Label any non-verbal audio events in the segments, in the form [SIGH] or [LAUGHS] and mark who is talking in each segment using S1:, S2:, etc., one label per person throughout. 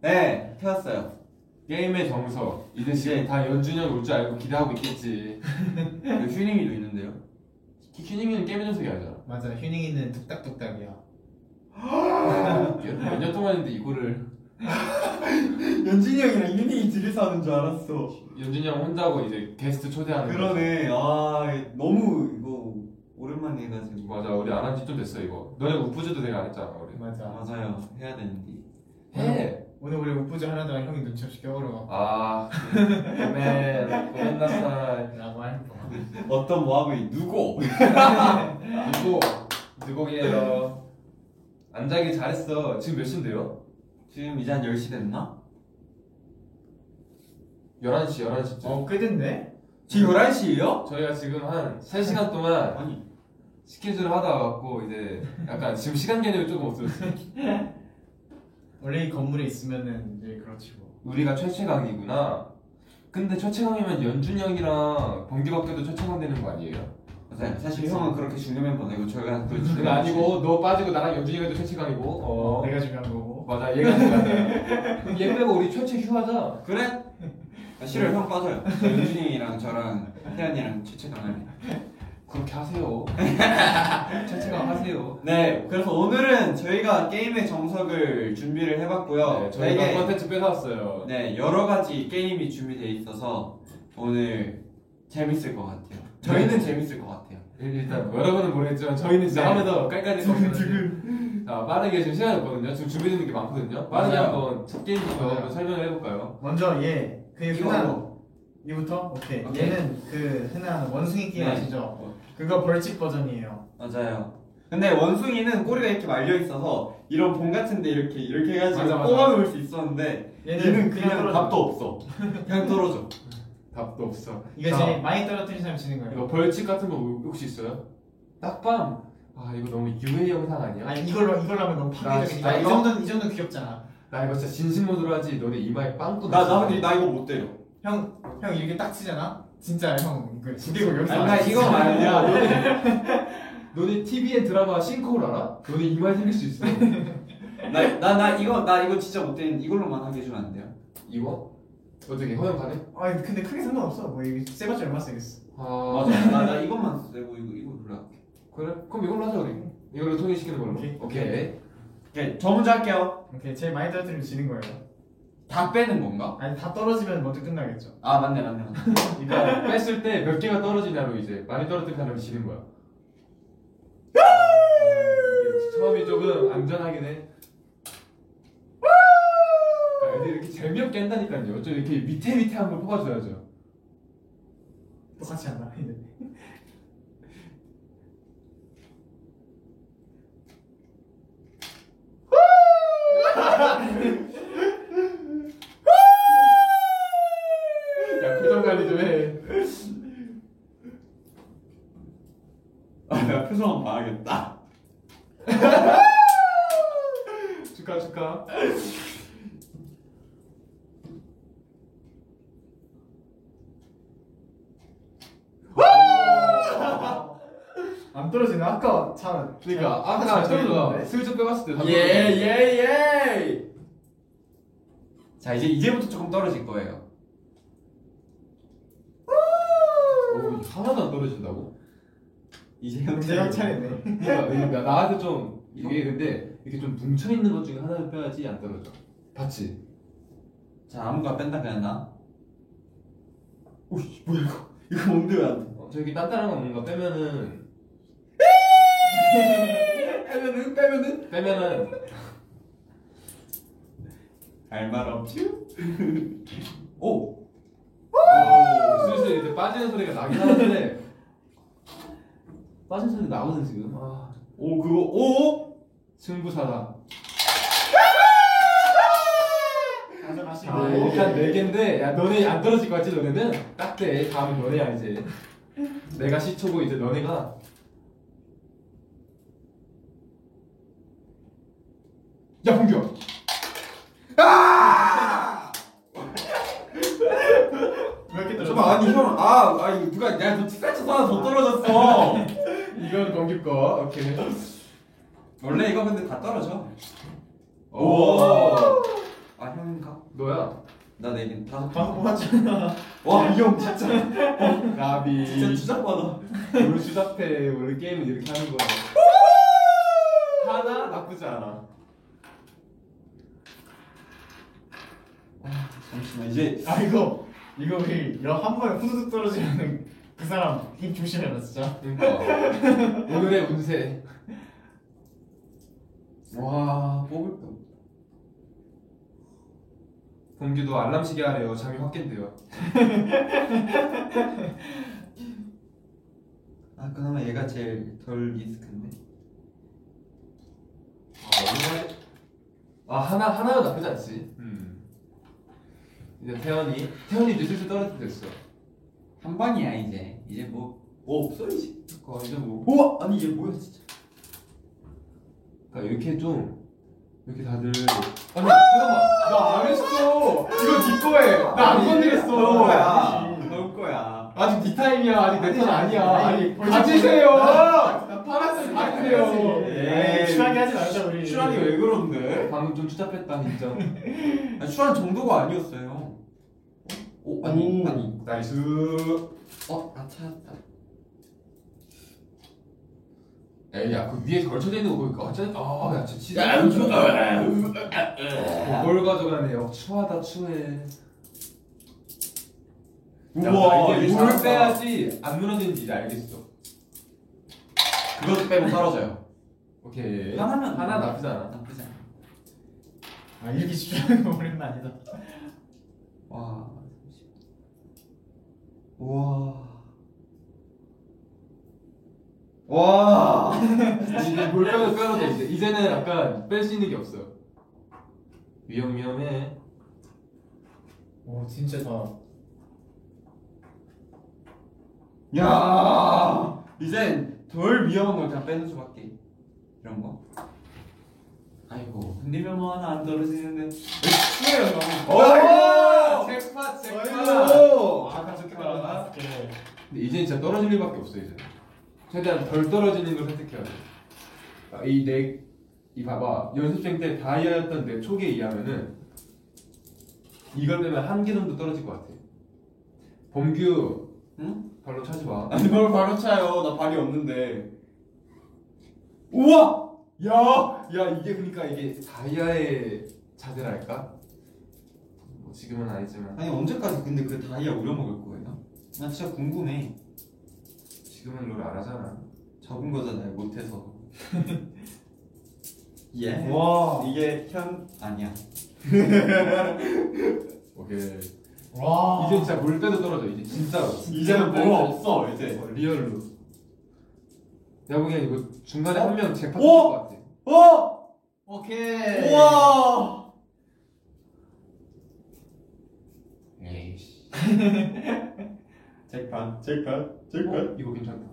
S1: 네, 태웠어요.
S2: 게임의 정석 이제 지금 다 연준형 올줄 알고 기대하고 있겠지
S1: 근데 네, 휴닝이도 있는데요.
S2: 키닝이는 게임의 정석이 아니잖아
S3: 맞아 휴닝이는 뚝딱뚝딱이야
S2: 몇년 동안인데 이거를
S1: [LAUGHS] 연진이 형이랑 휴닝이 둘이서 하는 줄 알았어.
S2: 연준형 혼자고 이제 게스트 초대하는 거
S1: 그러네. 아, 너무 이거 오랜만에 해가지고.
S2: 맞아 우리 안 한 지 좀 됐어 이거 너네 우프즈도 되게 안 했잖아 우리
S3: 맞아
S1: 맞아요. 해야 되는데.
S2: 네. 해!
S3: 오늘 우리 우프즈 하나다가 형이 눈치 없이 껴버려
S2: 아 네. 고멘 고멘나사이
S3: 라고 하는 거야
S1: 어떤 모함이 누구?
S2: 누구? 누구게요 네. 안 자기 잘했어 지금 몇 시인데요?
S1: 지금 이제 한 10시 됐나?
S2: 11시 11시쯤
S3: 어 끝됐네?
S1: 지금 11시예요?
S2: 저희가 지금 한 3시간 동안
S1: 아니.
S2: 스케줄을 하다 왔고 이제 약간 지금 시간 개념이 조금 없어졌어요.
S3: 원래 이 건물에 있으면은 늘 그렇지 뭐
S2: 우리가 최채강이구나. 근데 최채강이면 연준 형이랑 범규밖에도 최채강 되는 거 아니에요?
S1: 맞아요. 사실 형은 그렇게 중요 멤버는 아니고 저희가 또 중요
S2: 근데 아니고 너 빠지고 나랑 연준이가 또 최채강이고. 어.
S3: 내가 중요한 거고
S2: 맞아 얘가 최채강이야. 그럼 얘 빼고 우리 최채 휴하자.
S1: 그래? 아, 싫어요. 형 빠져요. 저 [LAUGHS] 윤준이랑 저랑 태연이랑 최채강을.
S2: 그렇게 [LAUGHS] 하세요. 최채강 하세요.
S1: 네. 그래서 오늘은 저희가 게임의 정석을 준비를 해봤고요.
S2: 네, 저희가
S1: 되게-
S2: 컨텐츠 뺏어왔어요.
S1: 네, 여러 가지 게임이 준비되어 있어서 오늘 재밌을 것 같아요. 저희는 재밌을 것 같아요.
S2: 일단 뭐 여러분은 모르겠지만 저희는 진짜
S1: 네.
S2: 하면 더 깔깔이
S3: 지금
S2: 섞이는데.
S3: 지금
S2: 자 빠르게 지금 시간이 없거든요. 지금 준비되는 게 많거든요. 빠르게
S1: 맞아요.
S2: 한번 첫 게임부터
S3: 맞아요.
S2: 한번 설명을 해볼까요?
S3: 먼저 얘 그게
S1: 이거
S3: 흔한 이부터? 오케이.
S1: 오케이.
S3: 얘는 그 흔한 원숭이 게임
S1: 네.
S3: 아시죠? 그거 벌칙 버전이에요
S1: 맞아요. 근데 원숭이는 꼬리가 이렇게 말려 있어서 이런 봉 같은데 이렇게 이렇게 해가지고
S2: 맞아, 맞아.
S1: 뽑아 놓을 수 있었는데 얘는, 그냥
S3: 떨어져.
S1: 답도 없어. 그냥 [LAUGHS] 떨어져.
S2: 답도 없어.
S3: 이거
S2: 자.
S3: 제일 많이 떨어뜨린 사람이 지는 거예요
S2: 이거 벌칙 같은 거 혹시 있어요? 딱밤. 아 이거 너무 유해 영상 아니야?
S3: 아 이걸로 이걸로 하면 너무
S2: 나 진짜
S3: 파괴적이니까 이
S2: 이거-
S3: 정도는 이 정도는 귀엽잖아
S2: 나 이거 진짜 진심 모드로 하지. 너네 이마에 빵꾸.
S1: 나 나
S2: 났어.
S1: 근데 나 이거 못 때려.
S3: 형 형 이렇게 딱 치잖아? 진짜 형 이거 죽이고 여기서
S1: 아니,
S3: 안
S1: 나
S3: 치지.
S1: 이거 [LAUGHS]
S2: 야
S1: 말이야.
S2: 너네 너네 TV의 드라마 싱크홀 알아? 너네 이마에 생길
S1: [LAUGHS]
S2: 수 있어.
S1: 나나 나 이거 나 이거 진짜 못 때리는 이걸로만 하게 해주면 안 돼요?
S2: 이거 어떻게 허용 가능?
S3: 아 근데 크게 상관없어 뭐 이게 세봤자 얼마 쓰겠어
S2: 아
S1: 맞아. 나 나 이것만 쓰고 이거 이거 눌러.
S2: 그래? 그럼 이걸로 하자 우리. 이걸로 통일시키는 걸로.
S3: 오케이.
S2: 오케이.
S1: 오케이 저 먼저 할게요.
S3: 오케이 제일 많이 떨어뜨리면 지는 거예요
S1: 다 빼는 건가?
S3: 아니 다 떨어지면 먼저 끝나겠죠
S1: 아 맞네 맞네 맞네.
S2: 이거 뺐을 때 몇 개가 떨어지냐로 이제 많이 떨어뜨린 사람이 지는 거야. 이게 처음이 조금 안전하긴 해. 그러니까 애들 이렇게 재미없게 한다니까요. 좀 이렇게 밑에 밑에 한 걸 뽑아줘야죠.
S3: 똑같이 한다 이제
S2: 야 표정 관리 좀 해.
S1: [LAUGHS] 아, 내가 표정만 봐야겠다.
S2: 축하 축하.
S3: 아! 안 떨어지네 아까 잘
S2: 그러니까 예.
S3: 잘-
S2: 아까
S3: 잘
S2: 저희가
S3: 떨어졌는데?
S2: 네. 슬쩍 빼봤을 때.
S1: 예, 예. 자, 이제 이제부터 조금 떨어질 거예요.
S2: 오, 어, 하나도 안 떨어진다고?
S1: 이제
S2: 네.
S1: 형
S3: 이제 형 차례네
S2: 그러니까 나한테 좀 이게 근데 이렇게 좀 뭉쳐 있는 것 중에 하나를 빼야지 안 떨어져. 봤지?
S1: 자, 아무거나 뺀다 그냥 나. 오씨, 뭐야 이거? 이거 뭔데 왜 안?
S2: 어, 저기 딴딴한 거 뭔가 빼면은 빼면은 빼면은 빼면은
S1: 알말 없지? 오.
S2: 오, 슬슬 이제 빠지는 소리가 나긴 하는데 빠지는 소리 나거든 지금 아,
S1: 오 그거 오.
S2: 승부사다
S3: 가자 마시고
S2: 아 이렇게 한네 개인데 야 너네 안 떨어질 것 같지 너네는 딱돼 다음 너네야 이제 내가 시초고 이제 너네가 야 봉규야
S3: 왜 이렇게 떨어져?
S1: 잠깐 아니 형, 아, 아 이거 누가 내가 너 치사쳐서 하나 더 떨어졌어.
S2: 이건 봉규 거 오케이
S1: 원래 이거 근데 다 떨어져.
S2: 오. 너야.
S1: 아, 나 내긴 다섯 개.
S3: 방금 맞잖아.
S1: 와, 이 형 진짜
S2: 나비.
S1: 진짜 주작받아.
S2: 우리 수작패 우리 게임은 이렇게 하는 거야. 하나 나쁘지 않아.
S1: 잠시만 이제
S3: 아 이거 이거 우리 이런 한 번에 후두둑 떨어지는 그 사람 입 조심해라 진짜.
S2: 그러니까 오늘의 운세.
S1: 와 뭐, 뽑을 거.
S2: 공기도 알람 시계 하래요. 잠이 확 깬대요.
S1: 아 그나마 얘가 제일 덜 리스크인데.
S2: 아, 오늘 아 하나 하나도 나쁘지 않지. 음. 이제 태연이 태연이 이제 슬슬 떨어질 때 됐어.
S1: 한 방이야 이제. 이제 뭐. 뭐 없어 이제.
S2: 그러니까 이제 뭐
S1: 우와 아니 얘 뭐야 진짜.
S2: 그러니까 이렇게 좀 이렇게 다들 아니 잠깐만 나 안 했어. 이거 네 거에 나안
S1: 너
S2: 건드렸어.
S1: 네
S2: 네
S1: 거야. 너 거야.
S2: 아직 네 타임이야. 아직 내 턴 아니야.
S3: 아니,
S2: 아니
S3: 벌써-
S2: 가지세요.
S3: 나 파란색
S1: 에이.
S3: 추하게 하지 말자 우리.
S1: 슈란이 왜 그런데?
S2: 방금 좀 추잡했다 인정.
S1: 아, 슈란 정도가 아니었어요. 오 아니
S3: 오.
S1: 아니.
S2: 나이스.
S1: 어나 찾았다.
S2: 에이 야그 위에 걸쳐져 있는 거 보니까 어쩐 아야 진짜
S1: 야,
S2: 치사- 어, 뭘 가져가네요. 추하다 추해.
S1: 우와,
S2: 야, 이게
S1: 이게
S2: 뭘
S1: 잘한다.
S2: 빼야지 안 무너지는지 이제 알겠어.
S1: 그것 빼면 떨어져요.
S2: 오케이.
S1: 하나면
S2: 하나 나쁘지 않아.
S1: 나쁘지 않아.
S3: 아 이렇게 [LAUGHS] 집중하는 거 오랜만이다.
S1: 와. 와. 와. [LAUGHS]
S2: 이제 뭘 빼도 빼도 돼 이제. 이제는 약간 뺄 수 있는 게 없어요. 위험 위험해.
S3: 오 진짜 다.
S1: 야. 이젠 덜 위험한 걸 다 빼는 수밖에. 이런 거.
S2: 아이고.
S1: 흔들면 뭐 하나 안 떨어지는데. 왜요 어,
S2: 오!
S3: 아,
S2: 잭팟 잭팟.
S1: 오.
S3: 아까 좋게 말하나?
S2: 근데 이제 진짜 떨어질 일밖에 없어 이제. 최대한 덜 떨어지는 걸 선택해야 돼. 아, 이내이 봐봐 연습생 때 다이아였던 내 촉에 의하면은 이걸 빼면 한 개정도 떨어질 것 같아. 범규
S1: 응?
S2: 발로 차지 마. [LAUGHS]
S1: 아니 뭘 바로 차요. 나 발이 없는데. 우와. 야.
S2: 야 이게 그러니까 이게 다이아의 자세랄까? 뭐 지금은 아니지만
S1: 아니 언제까지 근데 그 다이아 우려먹을 거예요? 나 진짜 궁금해.
S2: 지금은 롤 안 하잖아.
S1: 적은 거잖아요. 못해서. [LAUGHS] 예.
S3: 와.
S1: 이게 현 아니야.
S2: 오케이.
S3: 와.
S2: 이제 진짜 물 빼도 떨어져 이제 진짜로.
S1: 이제는 뭐가 없어 이제.
S2: 어, 리얼로. 내가 보기엔 이거 중간에 한 명 재판
S1: 오!
S2: 될것 같아.
S1: 어!
S3: 오케이.
S1: 우와!
S2: 에이씨.
S1: [LAUGHS] 잭팟, 잭팟,
S2: 어, 이거 괜찮다.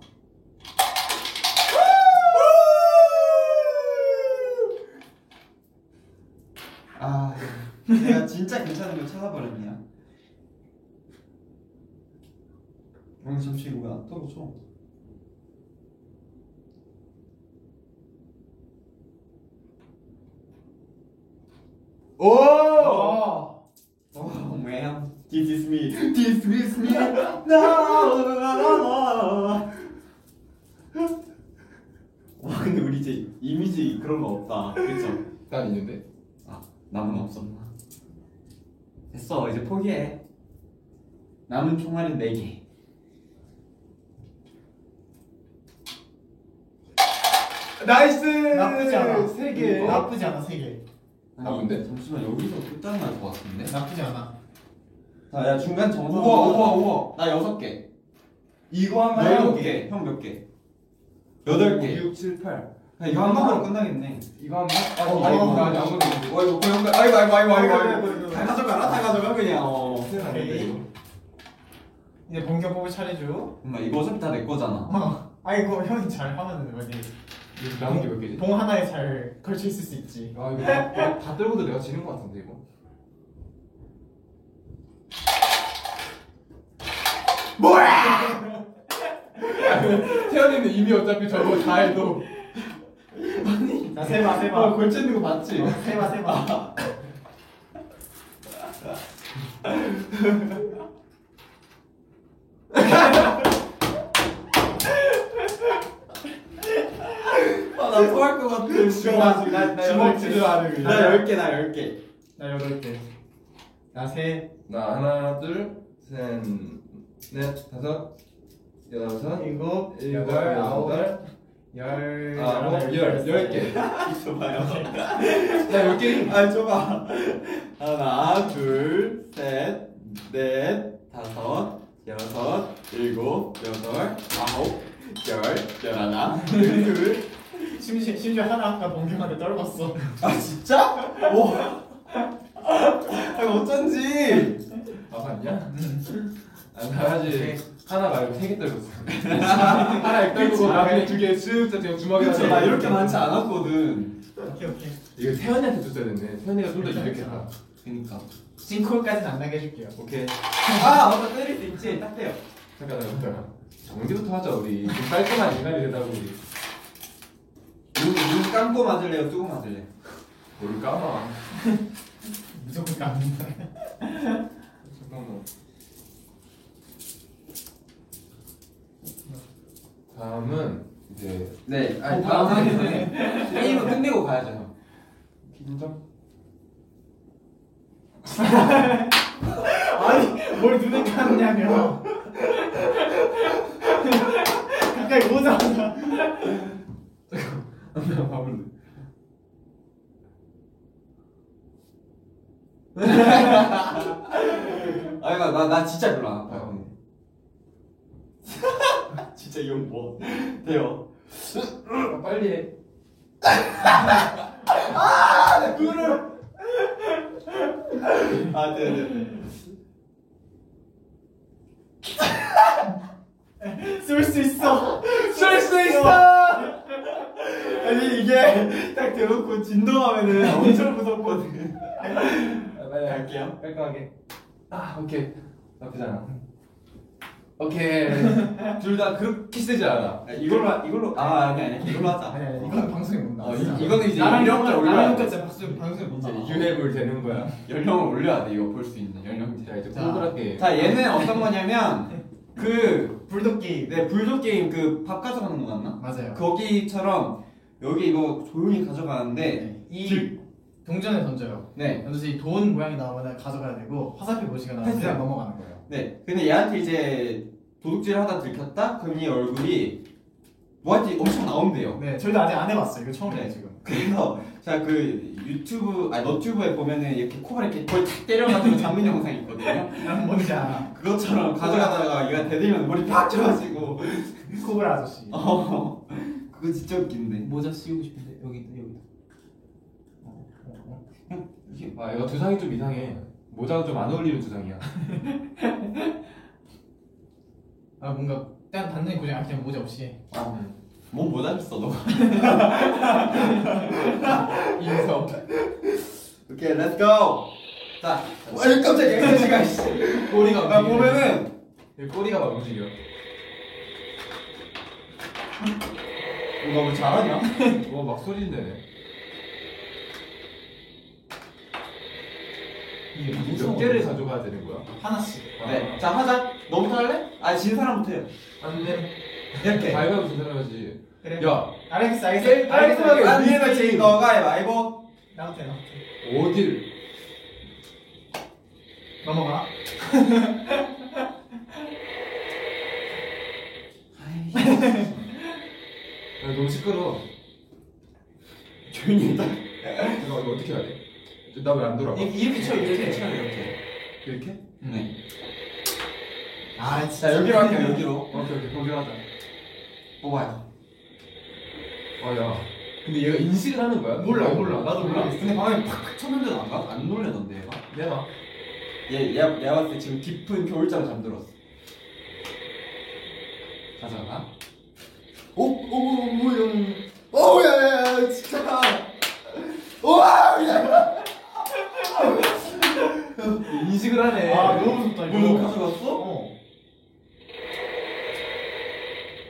S1: 아, 내가 진짜 괜찮은 걸 찾아버렸냐? 오늘 잠시 이거 왜안 떨어져? 오!
S3: 와.
S1: Oh man, this is me. This is me. No, no, no, no. 와 근데 우리 이제 이미지 그런 거 없다. 그렇죠?
S2: 난 있는데.
S1: 아 남은 없었나? 됐어 이제 포기해. 남은 총알은 4 개.
S2: 나이스.
S3: 나쁘지 않아. 어?
S2: 세 개.
S3: 나쁘지 않아 세 개.
S1: 아니,
S2: 나쁜데?
S1: 잠시만 여기서 끝장날 것 같은데.
S3: 나쁘지 않아.
S1: 자, 야 중간 정상.
S2: 우와, 우와, 우와.
S1: 나 여섯 개. 이거 하면
S2: 열곱
S1: 일곱 개. 형 몇 개? 어, 여덟 개.
S2: 6, 7, 8.
S1: 야, 이거 한 방으로 끝나겠네.
S2: 이거 한 번?
S1: 어,
S2: 아니,
S1: 어,
S2: 이거 나
S1: 어.
S2: 아무것도 없는데.
S1: 어이 뭐 그런 거 아이고 아이고 아이고 아이고
S3: 아이고, 네, 뭐
S1: 아이고
S3: 아이고, 아이고.
S1: 다 가져가라 다 가져가 그냥 어
S2: 큰일 났네, 이거.
S3: 이제 본격 뽑을 차례죠.
S1: 엄마 이거 어차피 다 내 거잖아
S3: 어. 아이고 형이 잘 하면 어디.
S2: 이거 남은 게 몇 개지?
S3: 봉 하나에 잘 걸쳐 있을 수 있지.
S2: 아, 이거 다, 이거 다 떨고도 내가 지는 것 같은데, 이거. [LAUGHS] 뭐야! 태연이는 이미 어차피 저거 다 해도.
S3: 자 세봐 세봐.
S1: 어,
S3: 아.
S2: 걸쳐있는 거 맞지?
S3: 세봐 세봐.
S1: 어, [LAUGHS] 나
S3: 말해 그냥.
S1: 10개 나 10개
S3: 나 여덟 개. 나 세.
S4: 나 하나 둘셋넷 다섯 여섯
S3: 일곱.
S4: 일곱
S3: 여덟, 아홉,
S4: 여덟
S3: 열.
S4: 아홉
S3: 열하나,
S4: 열열개
S1: 줘봐요
S2: 나 10개
S1: 아 줘봐 하나 둘셋넷 다섯 여섯 일곱 여덟 아홉 열 열하나 둘아
S3: 심지어, 심지어 하나 아까 번경한테 떨궜어.
S1: 진짜? 와 아니 어쩐지
S2: 아 봤냐? 아, 나 사실 하나 말고 세 개 떨궜어
S1: [LAUGHS]
S2: 하나 떨고 나머지 두개쓱 자체가 주먹에
S1: 그치
S2: 하나
S1: 나 이렇게 많지 않았거든
S3: 오케이 오케이.
S2: 이거 태연이한테 줬어야 됐네 태연이가 좀 더 유력했다
S1: 그니까
S3: 싱크홀까지는 안 나게 해줄게요.
S1: 그러니까. 오케이 아 맞다 때릴 수 있지 딱 돼요
S2: 잠깐 잠깐 정리부터 하자 우리 좀 깔끔한 인간이 되다 보니
S1: 눈, 눈 감고 맞을래요? 뜨고 맞을래? 요
S2: 뭘 까마
S3: 무조건 까는다.
S2: 잠깐만 다음은 이제
S1: 네,
S2: 어,
S1: 아니
S2: 다음
S1: 다음 하기 전에 게임은 끝내고 가야죠. 형.
S2: 긴장?
S3: 아니 뭘 눈에 감냐며. 가까이 오자마자.
S2: 나 바볼래
S1: 아니 그러니까 나나 나 진짜 별로 안 아파요.
S2: 어.
S1: 진짜 이건 뭐 [LAUGHS] 돼요?
S2: 아, 빨리 해
S1: 아 네, 네.
S3: 쓸 수 있어.
S1: 쓸수 있어. 아니 이게 딱 대놓고 진동하면은 엄청 [LAUGHS] 무섭거든.
S2: 아,
S1: 네,
S2: 빨리 할게
S1: 갈게요.
S2: 깔끔하게 아 오케이 나쁘잖아 [LAUGHS] 오케이 둘 다 그렇게 세지 않아
S1: 아, 이걸로 하- 이걸로 아 아니 아니 이걸로 하자.
S3: 아니 아니 이건 방송에 못 나와.
S1: 어, 이- 이거는 이제
S3: 나랑
S1: 이런 걸
S3: 나랑
S1: 올려야
S3: 나랑
S1: 돼.
S3: 진짜 방송 방송에 못
S2: 이제
S3: 나와.
S2: 유해물 되는 거야
S1: 연령을 올려야 돼 이거 볼 수 있는 연령제.
S2: 자 이제
S3: 자.
S2: 동그랗게
S1: 자 얘는 어떤 거냐면 그내
S3: 불독 게임.
S1: 불도 게임 그 밥 가져가는 거 맞나?
S3: 맞아요.
S1: 거기처럼 여기 이거 조용히 가져가는데
S3: 네.
S1: 이
S3: 길- 동전을 던져요.
S1: 네.
S3: 그래서 이 돈 모양이 나오면 가져가야 되고 화살표 모시가 나오면
S1: 패스요.
S3: 그냥 넘어가는 거예요.
S1: 네. 근데 얘한테 이제 도둑질 하다 들켰다? 그럼 이 얼굴이 뭐한지 엄청 나온대요.
S3: 네, 저희도 아직 안 해봤어요. 이거 처음이에요
S1: 네.
S3: 지금.
S1: 그래서 제가 그 유튜브, 아니 너튜브에 보면은 이렇게 코발 이렇게 거의 탁 때려가지고 잡는 영상이 있거든요.
S3: 난 뭔지 알아.
S1: 그것처럼 가져가다가 얘가 대들면 머리 팍 쳐가지고.
S3: [LAUGHS] 코브라 아저씨.
S1: 어. 그거 진짜 웃긴데. 뭐,
S5: 모자 씌우고 싶은데 여기 있다 여기 있다.
S1: 이게
S2: 아 이거 두상이 좀 이상해 모자가 좀 안 어울리는 두상이야
S3: 아 뭔가 딱 단단히 고정. 아 그냥 모자 없이.
S1: 아, 몸 모자를 써, 너.
S2: [LAUGHS] 인성
S1: 오케이, 렛츠고! 자, 아니 깜짝이야, 깜짝이야, 씨.
S2: 꼬리가
S1: 나
S2: 움직이네.
S1: 보면은,
S2: 이 꼬리가 막 움직여
S1: 이거 뭐 잘하냐?
S2: 와막 소리 내네
S3: 이게
S2: 몇 개를 가져가야 되는 거야
S3: 하나씩.
S2: 아,
S1: 네, 자, 하자. 너부터 할래? 아, 진 사람부터 해요.
S3: 네.
S2: 안돼
S1: 이렇게.
S2: 가위바위보 진 사람이지
S3: 그래.
S2: 야
S3: 알렉스
S2: 제일
S3: 알렉스.
S2: 깔끔하게
S3: 알렉스.
S2: 위에
S1: 위에가 제일 너가 말고
S3: 나부터 해, 나부터. 해.
S2: 어딜
S3: 넘어가.
S2: 야, 아, 너무 시끄러워
S1: 조용히 해.
S2: 이거 이거 어떻게 해야 돼? 나 왜 안 돌아가?
S1: 이렇게 쳐 이렇게 쳐 이렇게.
S2: 이렇게?
S1: 네.
S3: 아 진짜
S1: 자 여기로 할게요 여기로.
S2: 오케이 오케이 거기 하자
S1: 뽑아요.
S2: 아야 근데 얘가 인식을 하는 거야? 어,
S3: 몰라, 몰라. 나도 몰라.
S1: 근데 방에 팍 쳤는데 도안 가? 안 놀래던데 얘가.
S2: 내놔
S1: 얘 얘가 내가 봤을 때 지금 깊은 겨울잠 잠들었어. 가자가. 오오오오오오야야야 진짜. 오와야.
S2: 인식을 하네
S3: 아 너무 무섭다 이거.
S1: 뭐 가져갔어?
S3: 어.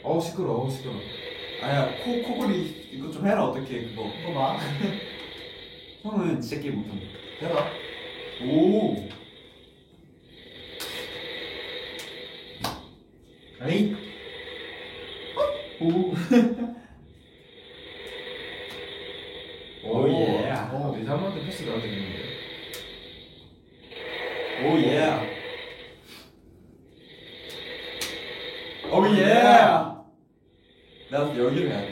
S2: 어우 시끄러워 어우 시끄러워
S1: 아야 코 코골이 이거 좀 해라 어떻게 그거.
S3: 이거 봐.
S1: 형은 진짜 게임 못한다.
S2: 내놔
S1: 오.
S3: 에이.
S1: 오. 오, 예.
S2: 어, 내
S4: 남한테 패스 나와도 되는 거예요.
S1: 오 예. 오 예. 나도 여기를 가야 돼.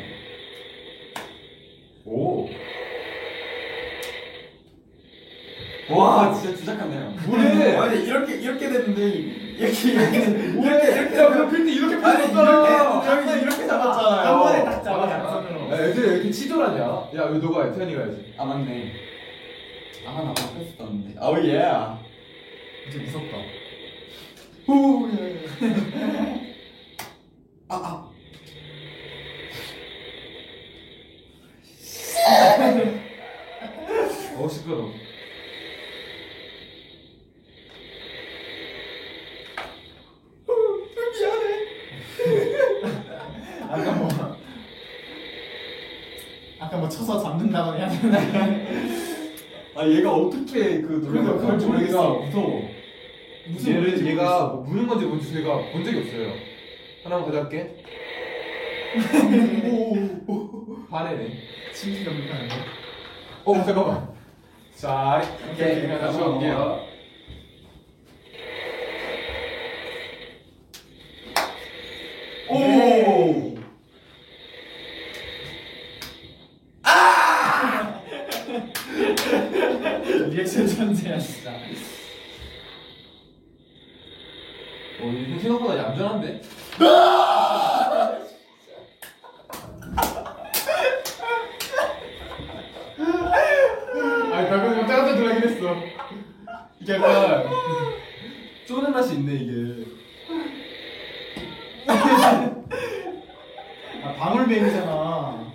S2: 오.
S1: 와 진짜 주작한네요.
S2: 뭐래?
S1: 아니 이렇게 이렇게 됐는데 이렇게 이렇게
S2: 이렇게 이렇게 잡으면 필드 이렇게 풀렸잖아.
S1: 여기 이렇게 잡았잖아요.
S3: 한 번에 딱
S2: 아,
S3: 잡아 양손으로.
S2: 야, 애들 왜 이렇게 치졸하냐? 야, 왜 너가 태현이가 해야지.
S1: 아 맞네. 아나 패스 떴는데. 오 예.
S3: 이제 무섭다.
S1: 오 예. 아아
S4: 어 시끄러.
S3: 아까 뭐 아까 뭐 쳐서 잡는다거나 해야 되나?
S1: 아, 얘가 어떻게 그
S2: 그러니까 그걸 모르겠어.
S1: 무서워.
S3: 무슨
S2: 얘를
S3: 뭔지
S2: 얘가 무는 건지 뭔지 제가 본 적이 없어요. 하나만 가져갈게.
S3: [LAUGHS]
S2: 반해네.
S3: 침실 연결하는 거.
S2: 어 잠깐만. 자,
S3: 오케이,
S2: 이렇게 다시
S3: 넘어가.
S2: 올게요.
S1: 오.
S3: 리액션 천재야 진짜.
S2: 어, 얘 생각보다 얌전한데? 아니, 방금 좀 짜증 들어가긴 했어. 이게 약간
S1: 쪼는 맛이 있네 이게.
S3: 아 방울뱅이잖아.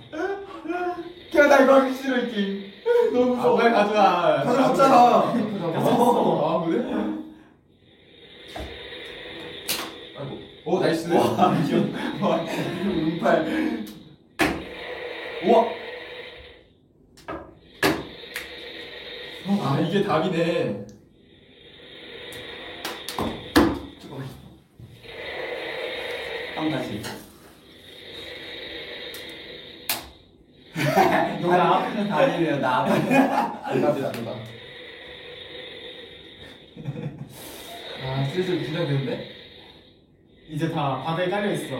S1: 그냥 나 이거 하기 싫어 이게. 너무
S2: 아, 빨리 가져가.
S1: 가져갔잖아.
S2: 어, 아, 그래? 아이고. 오, 나이스.
S1: 와 이거 와 이거 운팔. 우와.
S2: 아, 이게 답이네.
S1: 한 가지.
S3: 너나
S1: 아니네요 나.
S2: 안 답이 난다. 아, 슬슬 긴장되는데?
S3: 이제 다 바닥에 깔려 있어.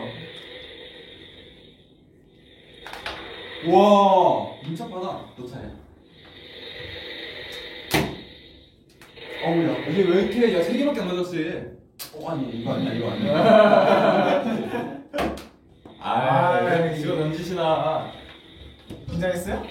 S2: 어,
S1: 우와. 문짝 받아. 너 차례. 어우야.
S2: 이게 왜 이렇게, 야, 세 개밖에 안 맞았어, 얘.
S1: 어 아니 이거 아니야 이거 아니야.
S2: 아,
S3: 아,
S2: 이거 던지시나.
S3: 긴장했어요?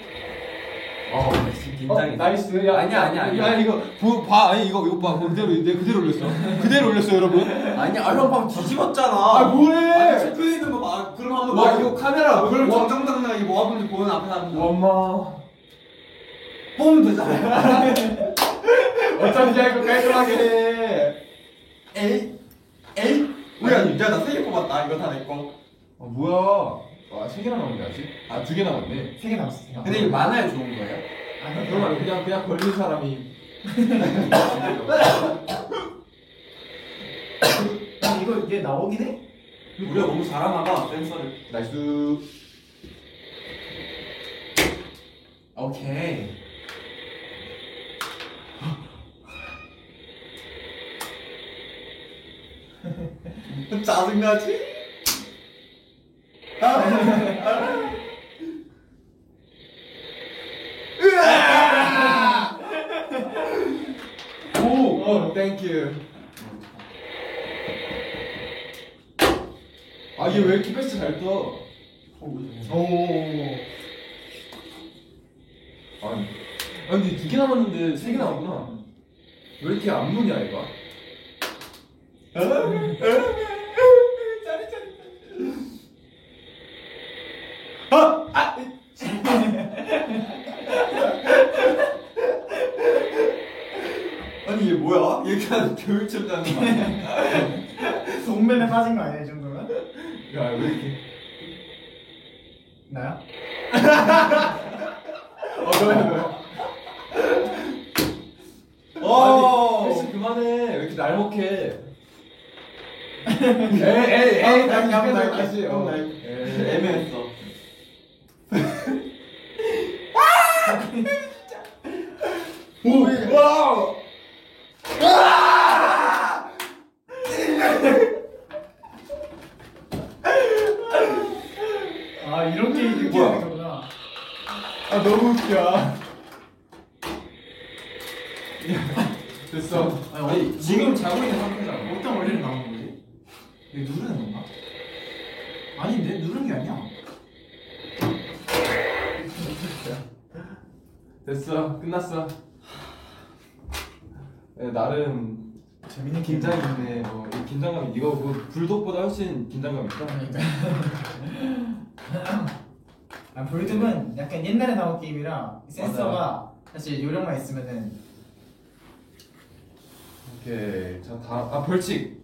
S1: 아,
S2: 어,
S1: 긴장이.
S2: 어, 나이스. 야,
S1: 아니야, 아니야, 아니야.
S2: 야, 이거 보, 봐. 아니 이거 이거 봐. 그거 그대로 내 그대로 올렸어. 그대로 올렸어, 여러분.
S1: 아니 알람 밤 뒤집었잖아.
S2: 아, 뭐해? 뭐? 아,
S1: 아니, 체크해 있는 거 봐. 그럼 한번
S2: 와,
S1: 봐.
S2: 이거 카메라.
S1: 그럼
S2: 와.
S1: 정정당당하게 뭐 하는지 보는 앞에 놔.
S2: 어, 엄마.
S1: 뽑으면 되잖아.
S2: 어차피 야 이거 깔끔하게 해.
S1: 에이, 에이. 뭐야, 야, 나세개 뽑았다. 이거 다 내 거.
S2: 아, 뭐야? 아, 세 개나 남았네 아직. 아, 두 개 남았네.
S3: 세 개 남았어요.
S1: 근데 이게 많아야 좋은 거예요?
S3: 아,
S2: 그럼
S3: 그럼
S2: 안 돼. 그냥 그냥 걸린 사람이.
S3: 이거 이게 나오긴 해?
S1: 우리가 너무 잘하나 봐, 센서를. [LAUGHS]
S2: 나이스.
S1: 오케이. 짜증나지?
S2: 오, 어, 땡큐. 아, 얘 왜 이렇게 패스 잘 떠?
S3: 오.
S2: 아니. 아, 근데 두 개 남았는데 세 개 남았구나. 왜 이렇게 안 무냐, 이거?
S1: 아니, 얘 뭐야? 얘 그냥 교육청 다는
S2: [LAUGHS]
S1: 거 아니야?
S3: 동맨에 빠진 거 아니야 이 정도면?
S2: 야, 왜 이렇게.
S3: 나야?
S2: 어, 너야, 너야.
S1: 오!
S2: 어! 아니, 패스 그만해. 왜 이렇게 [LAUGHS] 날먹해. 에이, 에이,
S1: 아,
S2: 에이, 다시,
S1: 한번
S2: 네, 다시,
S1: 더 할게,
S2: 다시.
S1: 한번
S2: 어.
S1: 더
S2: 에이.
S1: 애매했어.
S2: 오! 와!
S3: 아 이렇게 이렇게
S2: 뭐야?
S3: 하는 거구나.
S2: 아 너무 웃겨. 야, 됐어.
S4: 아니 지금 자고 있는 상태잖아
S3: 어떤 원리를 나오는 거지? 이거 누르는 건가? 아닌데 누르는 게 아니야.
S2: 됐어. 끝났어. 네, 나름
S3: 재밌는 게임.
S2: 긴장 있네. 어, 이 긴장감 이거 그 불독보다 훨씬 긴장감 있다.
S3: [LAUGHS] 아 볼드는 약간 옛날에 나온 게임이라 센서가 사실 요령만 있으면은
S2: 오케이. 자 다음 아 벌칙.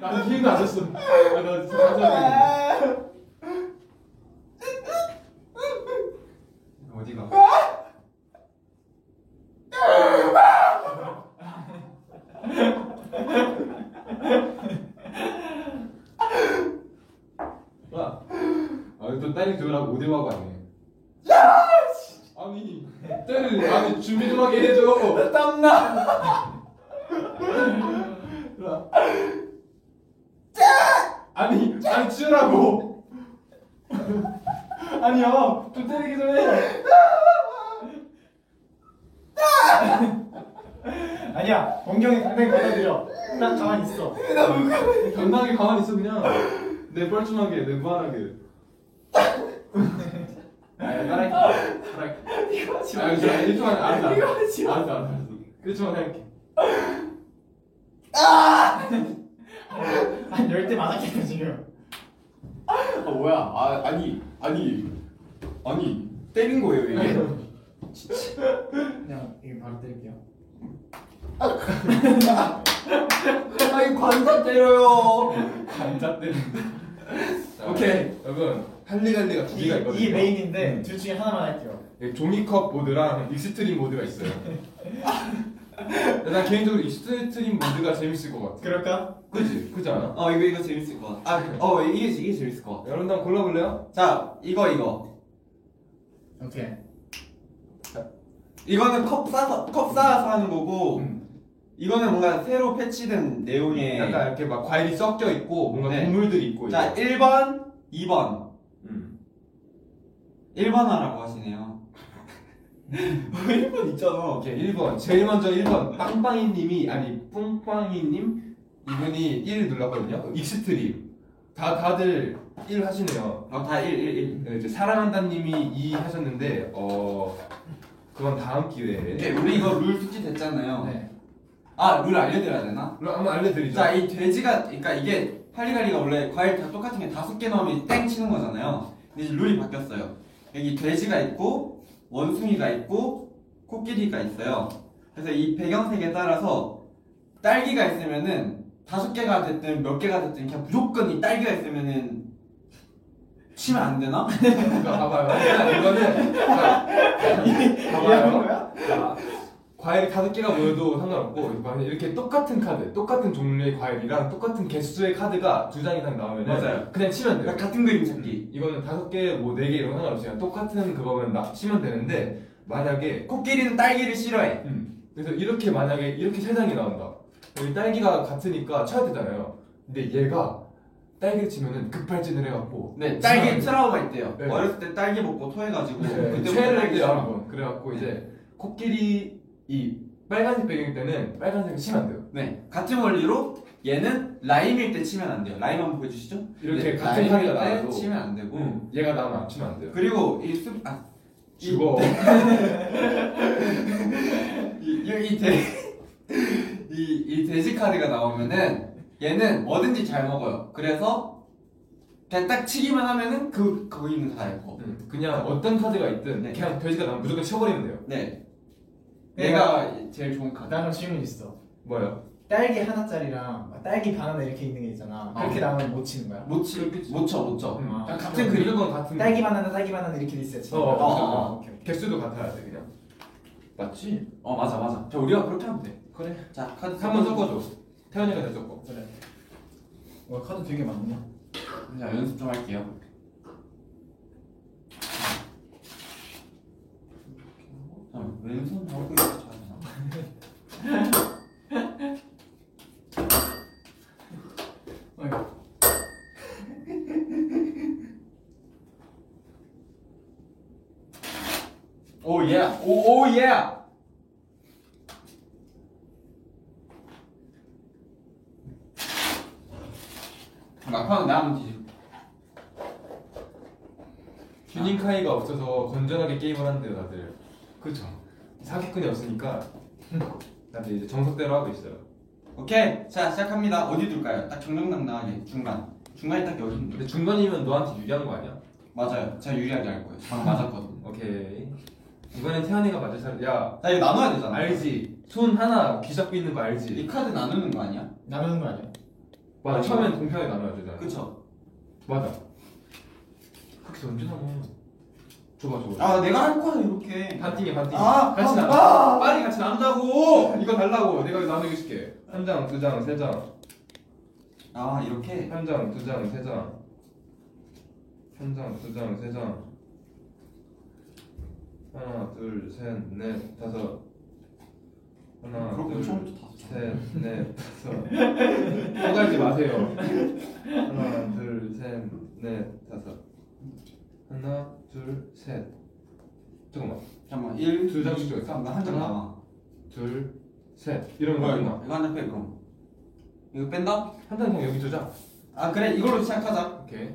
S2: 나는 힘도 안 줬어. 아, 나 진짜 감사합니다. 어디가? 와. 아, 또 딸이 들으라고 오대화가 왔네. 아니, 딸을 아니 준비 좀 하게 해줘. 땀나. 아니, 아니 치우라고. [LAUGHS] 아니요, 좀 때리기 전에.
S3: [LAUGHS] 아니야 원경이 당당히 받아들여. 딱
S2: [LAUGHS]
S3: 가만히 있어.
S2: 당당하게 가만히 있어 그냥. 내 뻘쭘하게, 내 무한하게. 아, 따라할게. 따라할게. 아, 이거 하지 마. 일주만 알았다. 이거 하지
S1: 아,
S2: 마. 알았다, 알았다. 일주만 할게.
S3: 한열대 맞았겠다 지금.
S1: 아 뭐야? 아 아니 아니 아니 때린 거예요
S2: [LAUGHS]
S1: 이게?
S3: 그냥 이거 바로 때릴게요.
S1: 아니 관자 때려요.
S2: 감자 때린다. 오케이, 여러분. 할리갈리가 두 개가 있거든요. 음.
S3: 이, 이 메인인데 둘 중에 하나만 할게요.
S2: 예, 종이컵 모드랑 익스트림 모드가 있어요. 난 개인적으로 익스트림 모드가 재밌을 것 같아.
S3: 그럴까?
S2: 그지? 그지 않아?
S1: 어 이거 이거 재밌을 것 같아. 아어 이게 이게 재밌을 것 같아.
S2: 여러분 한번 골라볼래요?
S1: 자 이거 이거
S3: 오케이.
S1: 이거는 컵 싸서 컵 쌓아서 하는 거고 이거는 뭔가 새로 패치된 내용의
S2: 음. 약간 이렇게 막 과일이 섞여 있고 뭔가
S1: 네.
S2: 동물들이 있고.
S1: 자
S2: 이거.
S1: 1번 2번
S2: 음.
S1: 1번 하라고 하시네요. 1번 있잖아.
S2: 오케이 1번 예, 제일 먼저 1번 빵빵이님이 아니 뿡빵이님 이분이 1 눌렀거든요. 익스트림. 다 다들 1 하시네요.
S1: 어다 1, 1, 1.
S2: 네, 이제 사랑한다님이 2 하셨는데 어 그건 다음 기회에.
S1: 네, 우리 이거 룰 숙지
S2: 어.
S1: 됐잖아요.
S3: 네.
S1: 아 룰 알려드려야 되나?
S2: 그럼 한번 알려드리죠.
S1: 자, 이 돼지가, 그러니까 이게 팔리갈리가 원래 과일 다 똑같은 게 다섯 개 넣으면 땡 치는 거잖아요. 근데 이제 룰이 바뀌었어요. 여기 돼지가 있고 원숭이가 있고 코끼리가 있어요. 그래서 이 배경색에 따라서 딸기가 있으면은 다섯 개가 됐든 몇 개가 됐든 그냥 무조건 이 딸기가 있으면은 치면 안 되나?
S2: 그러니까 봐봐요. 일단 이거는 자,
S3: 이해하는
S2: 봐봐요.
S1: 예.
S3: 거야?
S2: 자, 과일 다섯 개가 모여도 상관없고 만약 이렇게 똑같은 카드, 똑같은 종류의 과일이랑 똑같은 개수의 카드가 두 장 이상 나오면
S1: 맞아요.
S2: 그냥 치면 돼요.
S1: 그러니까 같은 그림 찾기.
S2: 이거는 다섯 개, 뭐 네 개 이런 거 상관없이 그냥 똑같은 그거면 나 치면 되는데 만약에
S1: 코끼리는 딸기를 싫어해.
S2: 음, 그래서 이렇게 만약에 이렇게 세 장이 나온다. 여기 딸기가 같으니까 쳐야 되잖아요. 근데 얘가 딸기를 치면은 급발진을 해갖고
S1: 네,
S2: 치면 안
S1: 딸기
S2: 돼요.
S1: 트라우마 있대요.
S2: 네.
S1: 어렸을 때 딸기 먹고 토해가지고
S2: 네,
S1: 그때부터
S2: 최애를
S1: 딸기
S2: 해요
S1: 싫어.
S2: 한번 그래갖고 이제 코끼리 이 빨간색 배경 때는 빨간색을 치면 안 돼요
S1: 네, 같은 원리로 얘는 라임일 때 치면 안 돼요. 라임 한번 보여주시죠.
S2: 이렇게
S1: 네,
S2: 같은
S1: 라임일
S2: 상이가 음.
S1: 때
S2: 나와도
S1: 치면 안 되고
S2: 응, 얘가 나면 안 치면 안 돼요 네.
S1: 그리고 이 숲, 아, 이,
S2: 죽어
S1: [LAUGHS] 이, 이, 이 돼, [LAUGHS] 이, 이 돼지 카드가 나오면은 얘는 뭐든지 잘 먹어요. 그래서 그냥 딱 치기만 하면은 그 거기는 다 알고.
S2: 음, 그냥 어떤 카드가 있든
S1: 네.
S2: 그냥 돼지가 나면 무조건 쳐버리면 돼요
S1: 네,
S3: 내가
S1: 얘가 제일 좋은 카드.
S3: 나는 질문 있어.
S2: 뭐요?
S3: 딸기 하나짜리랑 딸기 바나나 이렇게 있는 게 있잖아.
S2: 어.
S3: 그렇게 나오면 못 치는 거야.
S1: 못 치, 못 쳐, 못 쳐.
S2: 음,
S3: 아,
S2: 같은 그림 무조건 같은
S3: 딸기 바나나 딸기 바나나 이렇게 리셋.
S2: 음. 어, 어,
S1: 어,
S3: 오케이.
S2: 개수도 같아야 돼 그냥 맞지?
S1: 어, 맞아, 맞아. 자, 우리가 그렇게 하면 돼.
S2: 그래
S1: 자, 카드
S2: 한번 섞어줘 태현이가 다 섞어
S3: 그래. 와 카드 되게 많네.
S1: 자, 연습 좀 할게요. 오 예. 오 오 예. 막판 나면 뒤집.
S2: 균인 카이가 없어서 건전하게 게임을 하는데요 다들 그쵸 사기꾼이 없으니까 다들 이제 정석대로 하고 있어요
S1: 오케이 자 시작합니다 어디 둘까요? 딱 정정당당하게 중간 중간이 딱 여기 있는데
S2: 근데 중간이면 너한테 유리한 거 아니야?
S1: 맞아요 제가 유리하게 할 거예요 방금 맞았거든
S2: 오케이 이번엔 태환이가 맞을 차례 야
S1: 나 이거 나눠야 되잖아
S2: 알지? 손 하나 귀 잡고 있는 거
S1: 이
S2: 알지?
S1: 카드 나누는 거 아니야?
S3: 나누는 거 아니야?
S2: 맞아 처음엔 공평하게 나눠야 되잖아
S1: 그쵸
S2: 맞아 그렇게 언제 나눠 줘봐 줘봐
S1: 아 내가 할 거야 이렇게
S2: 반띵이 반띵이
S1: 아,
S2: 같이
S1: 아,
S2: 나
S1: 아.
S2: 빨리 같이 나눈다고 이거 달라고 내가 이거 나누게 줄게 한장두장세장
S1: 아 이렇게
S2: 한장 두장 세장 한장 두장 세장 하나 둘셋넷 다섯 하나
S1: 그렇게 처음부터 다섯
S2: 둘셋넷 다섯 꼬달지 마세요 하나 둘셋넷 다섯 하나 둘셋 잠깐만
S1: 잠깐만 1,
S2: 두 장씩 줘요.
S1: 나한장
S2: 하나.
S1: 남아
S2: 둘, 셋 이런
S1: 뭐야
S2: 거
S1: 이거
S2: 있나?
S1: 이거 한장빼 그럼 이거 뺀다?
S2: 한잔 형 여기 두자.
S1: 아 그래 이걸로 시작하자
S2: 오케이.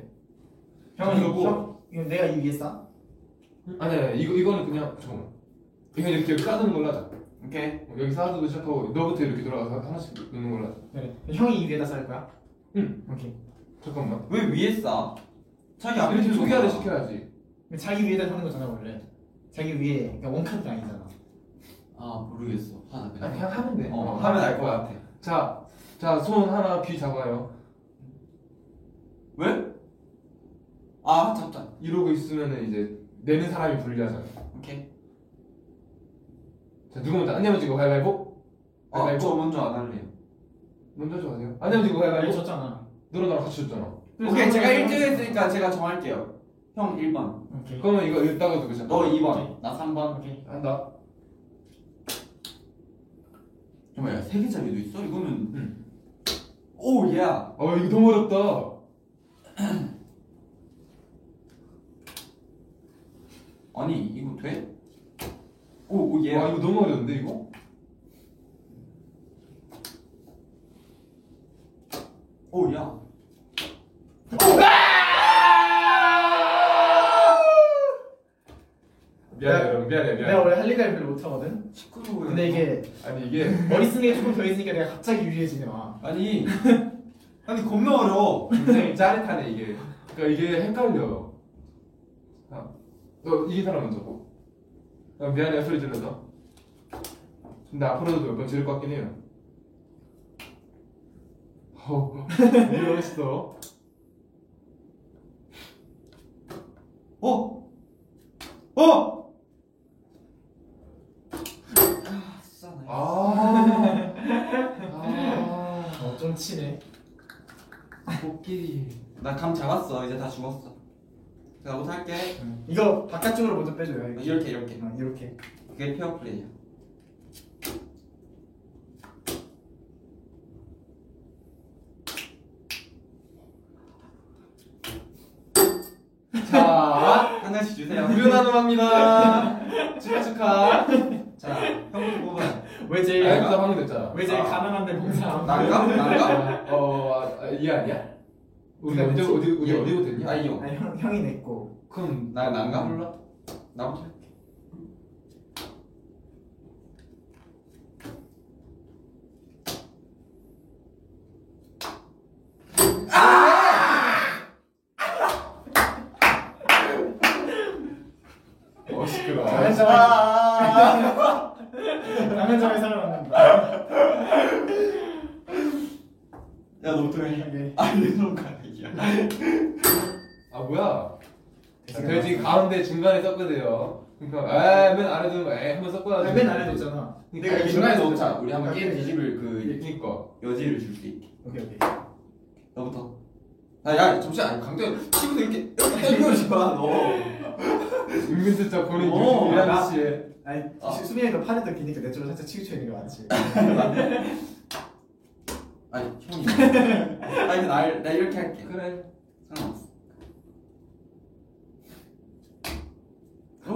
S3: 형은
S1: 이거 뭐?
S3: 형, 이거 내가 이 위에 싸?
S2: 아니 아니 이거 이거는 그냥 잠깐만. 이거 이렇게 싸두는 걸로 하자.
S1: 오케이
S2: 어, 여기 싸두고 시작하고 너부터 이렇게 돌아가서 하나씩 넣는 걸로 하자.
S3: 그래. 형이 이 위에다 쌀 거야?
S2: 응.
S3: 오케이.
S2: 잠깐만.
S1: 왜 위에 싸? 자기 앞에
S2: 이렇게
S1: 있는
S2: 소개하를
S1: 거잖아.
S2: 시켜야지.
S3: 근데 자기 위에다 사는 거잖아 원래. 자기 위에 그러니까 원카드 아니잖아.
S1: 아 모르겠어 하나
S2: 아니
S1: 그냥
S2: 그냥 하면 돼.
S1: 어 하면 알 것 같아
S2: 자, 자 손 하나 귀 잡아요.
S1: 왜? 아 잡자
S2: 이러고 있으면은 이제 내는 사람이 불리하잖아.
S1: 오케이
S2: 자 누구 먼저? 안내면 지고 가위바위보.
S1: 아,
S2: 가위바위보.
S1: 저 먼저 안 할래요
S2: 먼저 좋아하세요. 안내면 지고
S3: 이거
S2: 가위바위보.
S3: 졌잖아.
S2: 너랑 나랑 같이 줬잖아.
S1: 오케이 제가 1등 했으니까 제가 정할게요 형 1번
S3: 오케이.
S2: 그러면 이거 읽다가 누구 잡아?
S1: 너 2번 나 3번
S3: 오케이.
S2: 한다.
S1: 정말 세 개짜리도 있어? 이거는
S2: 응.
S1: 오 야.
S2: 어 이거 너무 어렵다.
S1: 아니 이거 돼? 오오 예.
S2: 와 이거 너무 어려운데 이거?
S1: 오 야.
S2: 미안해 여러분 미안해
S3: 내가
S2: 미안해
S3: 원래 할리갈리 별로 못하거든.
S1: 시끄러워.
S3: 근데 이게
S2: 아니 이게
S3: 머리 쓰는 게 조금 더 있으니까 내가 갑자기 유리해지네 와.
S1: 아니 [LAUGHS] 아니 겁나 어려워.
S2: 굉장히 짜릿하네 이게 그러니까 이게 헷갈려 아, 너 이긴 사람 먼저 고 아, 미안해 소리 질러서 근데 앞으로도 몇 번 지를 것 같긴 해요 어우 미안했어
S1: 어? 어? 아, 싸네.
S2: 아, 아
S3: 어좀 치네.
S2: 코끼리
S1: 나 감 잡았어. 이제 다 죽었어. 자, 옷 할게.
S3: 이거 바깥쪽으로 먼저 빼줘요. 이거.
S1: 이렇게 이렇게.
S3: 어, 이렇게.
S1: 그게 페어 플레이야.
S2: 자
S1: 한 장씩 주세요.
S2: 무료 나눔합니다 축하 축하
S1: 자, 형부터 뽑아.
S3: 왜
S2: 아,
S3: 제일
S2: 여기서 하면 됐잖아
S3: 왜 제일
S1: 아.
S3: 가난한데 공사함?
S1: 난가? 난가?
S2: 어, 아, 이해 아니야? 우리
S3: 그래,
S2: 언제
S3: 그치?
S2: 어디 우리
S3: 예.
S2: 어디고 됐냐?
S1: 아, 이거.
S3: 아니 형 형이 냈고.
S2: 그럼
S1: 나 난가?
S2: 몰라.
S1: 나부터 할게.
S2: 어, 시끄러워.
S1: 아.
S3: 남의 점에 살아남는다.
S1: 야, 너부터 해.
S3: 오케이.
S1: 아니, 손가락이야.
S2: 아 뭐야? 자, 아, 돼지 가운데 중간에 섞으세요. 그러니까 에맨 아래 두는 거 에, 한번 섞어야지.
S3: 아니, 맨 아래 뒀잖아.
S1: 내가 그러니까 이 중간에 넣자. 우리 한번 게임 뒤집을 그
S2: 그니까.
S1: 여지를 줄 수 있게.
S3: 오케이 오케이.
S1: 너부터. 아, 야, 잠시만. 강대 치고 이렇게 이렇게 때리지 마, 너.
S2: 은근 슬쩍 보는
S3: 어, 나-
S2: 유일한 씨의
S3: 아니
S1: 아.
S3: 수- 수빈이가 팔에 더 기니까 내 쪽으로 살짝 치우쳐 있는 게 많지.
S1: 아니, 형이. 아니, 나, 나 이렇게 할게.
S2: 그래.
S1: 상관없어.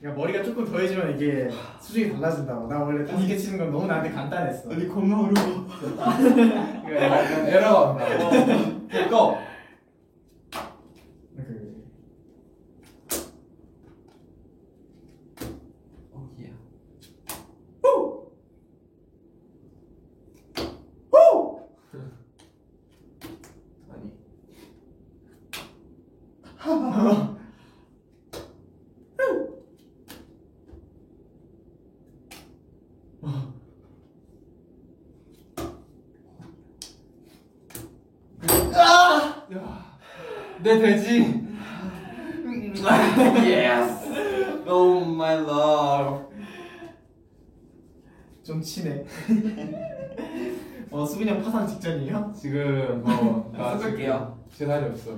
S3: 그러니까 머리가 조금 더해지면 이게 수준이 달라진다고. 나 원래 다섯 개 치는 건 너무 나한테 간단했어.
S1: 아니 겁나 어려워.
S2: 그러니까 [LAUGHS] 에러가 안 나.
S3: 어.
S1: 꺼.
S3: 그,
S5: 오예.
S2: 아니. 아! 야, 내 네, 돼지.
S1: yes. Oh my love.
S3: 좀 친해. 어 수빈이 형 파산 직전이에요?
S2: 지금
S3: 어,
S2: 뭐 나
S1: 섞을게요.
S2: 지금 재산이 없어.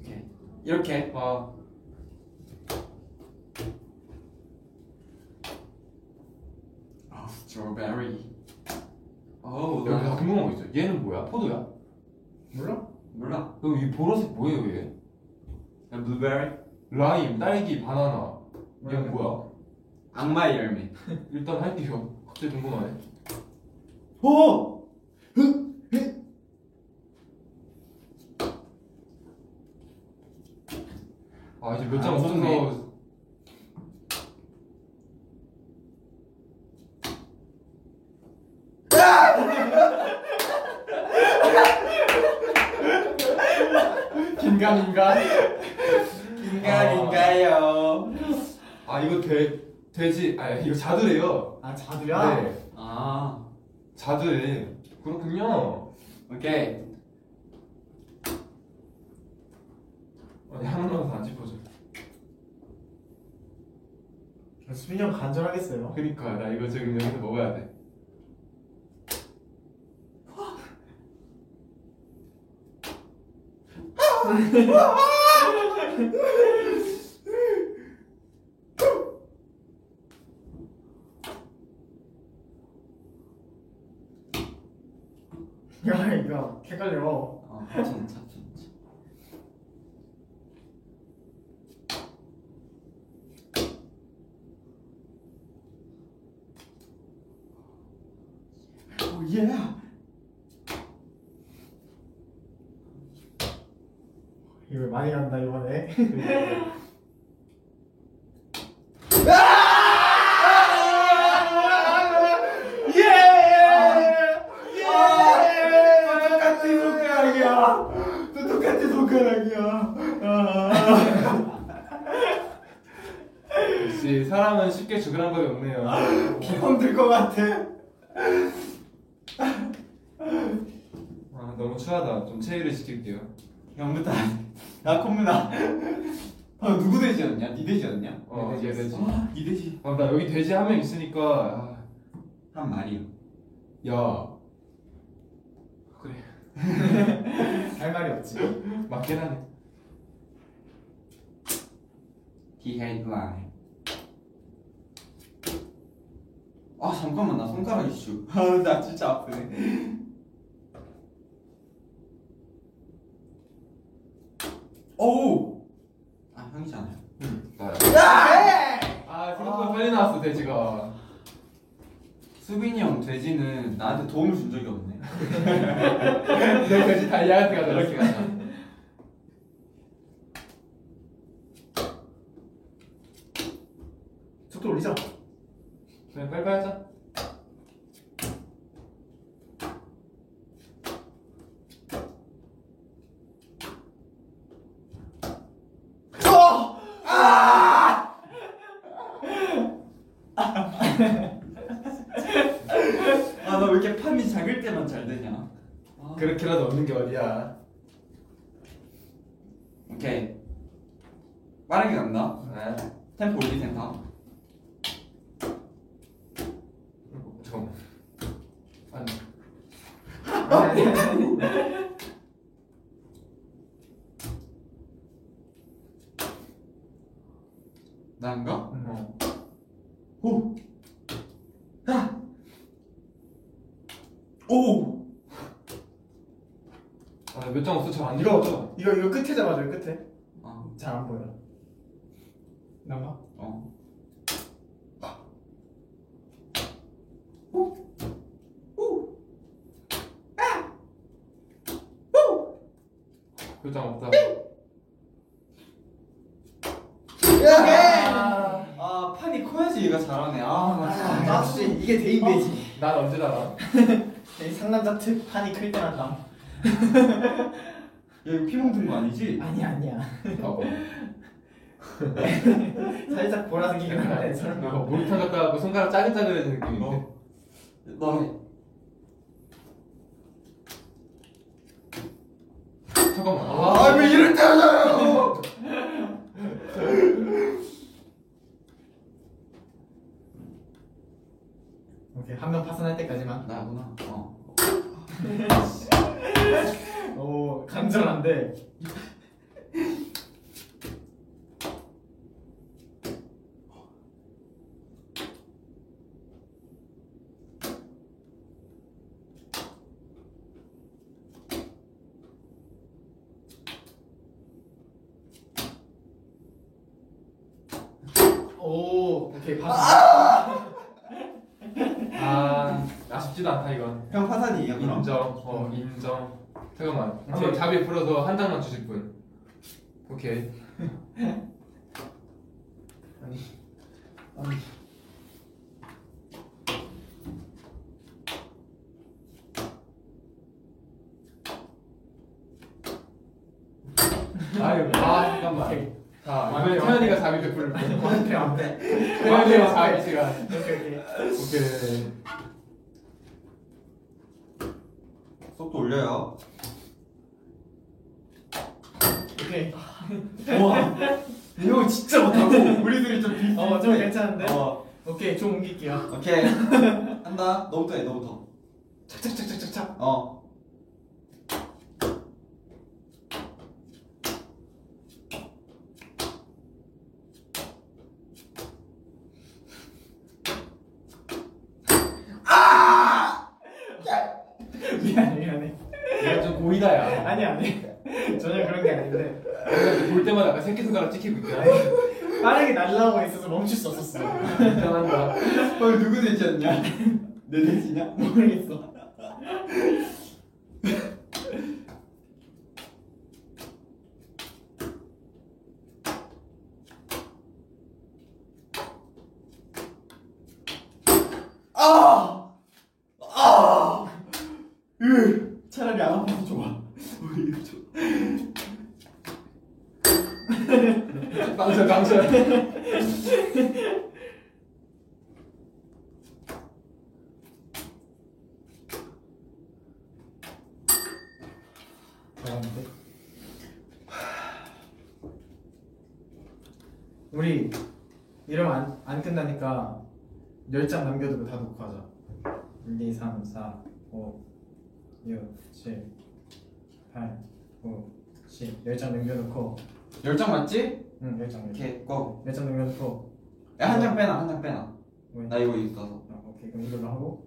S1: 오케이. 이렇게.
S2: 아,
S1: Oh, strawberry. 어,
S2: 여기서 궁금한 거 있어. 얘는 뭐야? 포도야?
S3: 몰라? 어!
S1: 몰라.
S2: 그럼 이 보라색 뭐예요, 얘?
S1: 블루베리.
S2: 라임, 딸기, 바나나. 얘는 뭐야?
S1: 악마의 열매.
S2: 일단 할게요. 갑자기 궁금하네.
S1: 오!
S3: 어!
S2: 아 이제
S1: 아,
S2: 몇장
S1: 없었네.
S2: 없어서 [LAUGHS]
S3: 긴가민가.
S1: 인간인가요?
S2: 아 이거 돼 돼지 아 이거 자두래요.
S3: 아 자두야?
S2: 네,
S1: 아,
S2: 자두래. 그렇군요.
S1: 오케이.
S2: 아니 하나만 안 짚어줘.
S3: 야, 수빈이 형 간절하겠어요.
S2: 그니까 나 이거 지금 여기서 먹어야 돼.
S3: 야 이거 헷갈려.
S1: 어, 진짜, 진짜.
S3: Oh,
S1: 오, 예.
S3: 이거 많이 간다 이번에.
S1: 똑같은 손가락이야. 또 똑같은 손가락이야.
S2: 역시 사람은 쉽게 죽으란 법이 없네요.
S1: 비염 들것 같아.
S2: 아 너무 추하다. 좀 체위를 지킬게요.
S1: 영부터 나 콧무나 아 누구 돼지였냐? 니 돼지였냐?
S2: 어,
S1: 내
S2: 내 돼지.
S1: 아, 니 돼지
S2: 아, 나 여기 돼지 한 명 있으니까
S1: 한 마리요
S2: 아, 야
S3: 할 말이 없지.
S2: 맞긴 하네.
S1: He had line 아 잠깐만 나 손가락 이슈 [LAUGHS] 아나 진짜 아프네 오우 아 형이잖아요 그러니까
S2: 나야.
S1: 아!
S2: 아 생각보다 빨리 나왔어 돼지가.
S1: 수빈이 형 돼지는 나한테 도움을 준 적이 없네
S2: [LAUGHS] 내 돼지 다이아트가 저렇게 가자.
S3: 속도 올리자.
S2: 그냥 빨리빨리 하자.
S1: 아 나 왜 이렇게 판이 작을 때만 잘 되냐 아.
S2: 그렇게라도 없는 게 어디야.
S1: 오케이 빠르게 간다
S2: 아,
S1: 템포 올리세요
S2: 잠깐만.
S1: 난가?
S3: 어.
S1: 호. 하. 오.
S2: 아, 몇 장 없어 잘 안 들어가죠?
S3: 이거 이거 끝에 잡아줘요 끝에.
S1: 어.
S3: 잘 안 보여. 나가?
S1: 어.
S2: 몇장 없다.
S1: 예!
S3: 야!
S1: 아 판이 커야지 얘가 잘하네. 아나 진짜.
S3: 아, 역시 이게 대인배지.
S2: 난 언제 나가?
S3: 내 네, 상남자 특 판이 클 때만 남.
S1: 야 이거 피멍 든거 아니지?
S3: 아니 아니야.
S2: [LAUGHS] 봐봐.
S3: [LAUGHS] 살짝 보라색이긴 한데 저런
S2: 나
S3: 거.
S2: 목욕탕 갔다 와고 손가락 짜글짜글해지는 느낌인데.
S1: 나
S2: 잠깐만.
S1: 아 왜 이럴 때 하냐고.
S3: 오케이 한 명 파산할 때까지만.
S1: 나구나. 어.
S3: 오 어, 간절한데. 오, 오케이 박수.
S2: 아, 아쉽지도 않다 이건.
S1: 형 화산이에요 그럼.
S2: 인정. 어, 인정. 잠깐만. 한번 자비 풀어서 한 장만 주실 분. [LAUGHS] 오케이. 아유, 아 잠깐만. 자, 이번에 아, 태연이가 자비 베풀을 거예요.
S3: 앞에 앞에.
S2: 태연이가 자비 시간.
S3: 오케이 오케이.
S2: 오케이.
S1: 속도 올려요.
S3: 오케이.
S1: [LAUGHS] 우와. 이거 진짜 못하고 우리들이 좀 비슷해.
S3: 어, 좀 괜찮은데?
S1: 어.
S3: 오케이, 좀 옮길게요.
S1: 오케이. 한다. 너부터 해. 너부터.
S3: 착착착착착착.
S1: 어.
S3: 미안해, 미안해.
S2: 내가 좀 고이다야.
S3: 아니, 아니. 전혀 그런 게 아닌데.
S2: 내가 볼 때마다 약간 새끼손가락 찍히고 있잖아.
S3: 빠르게 날라오고 있어서 멈출 수 없었어.
S2: 이상한다.
S1: 어 누구 [LAUGHS] 대지였냐? 내 대지냐?
S3: 모르겠어.
S1: 아! 아! 으! 차라리 안 하면 좋아. 우리 이거 좋아.
S2: 방송 방송.
S3: 미안한데. 우리 이러면 안, 안 끝나니까 열 장 남겨두고 다 놓고 하자. 1, 2, 3, 4, 5, 6, 7, 8, 9, 10. 10장 남겨놓고,
S1: 열장 맞지?
S3: 응, 10장 남겨.
S1: 오케이, 고.
S3: 10장 남겨놓고,
S1: 야, 한 장 빼놔, 한 장 빼놔.
S3: 뭐
S1: 나 이거 있어서.
S3: 아, 오케이 그럼 이걸로 하고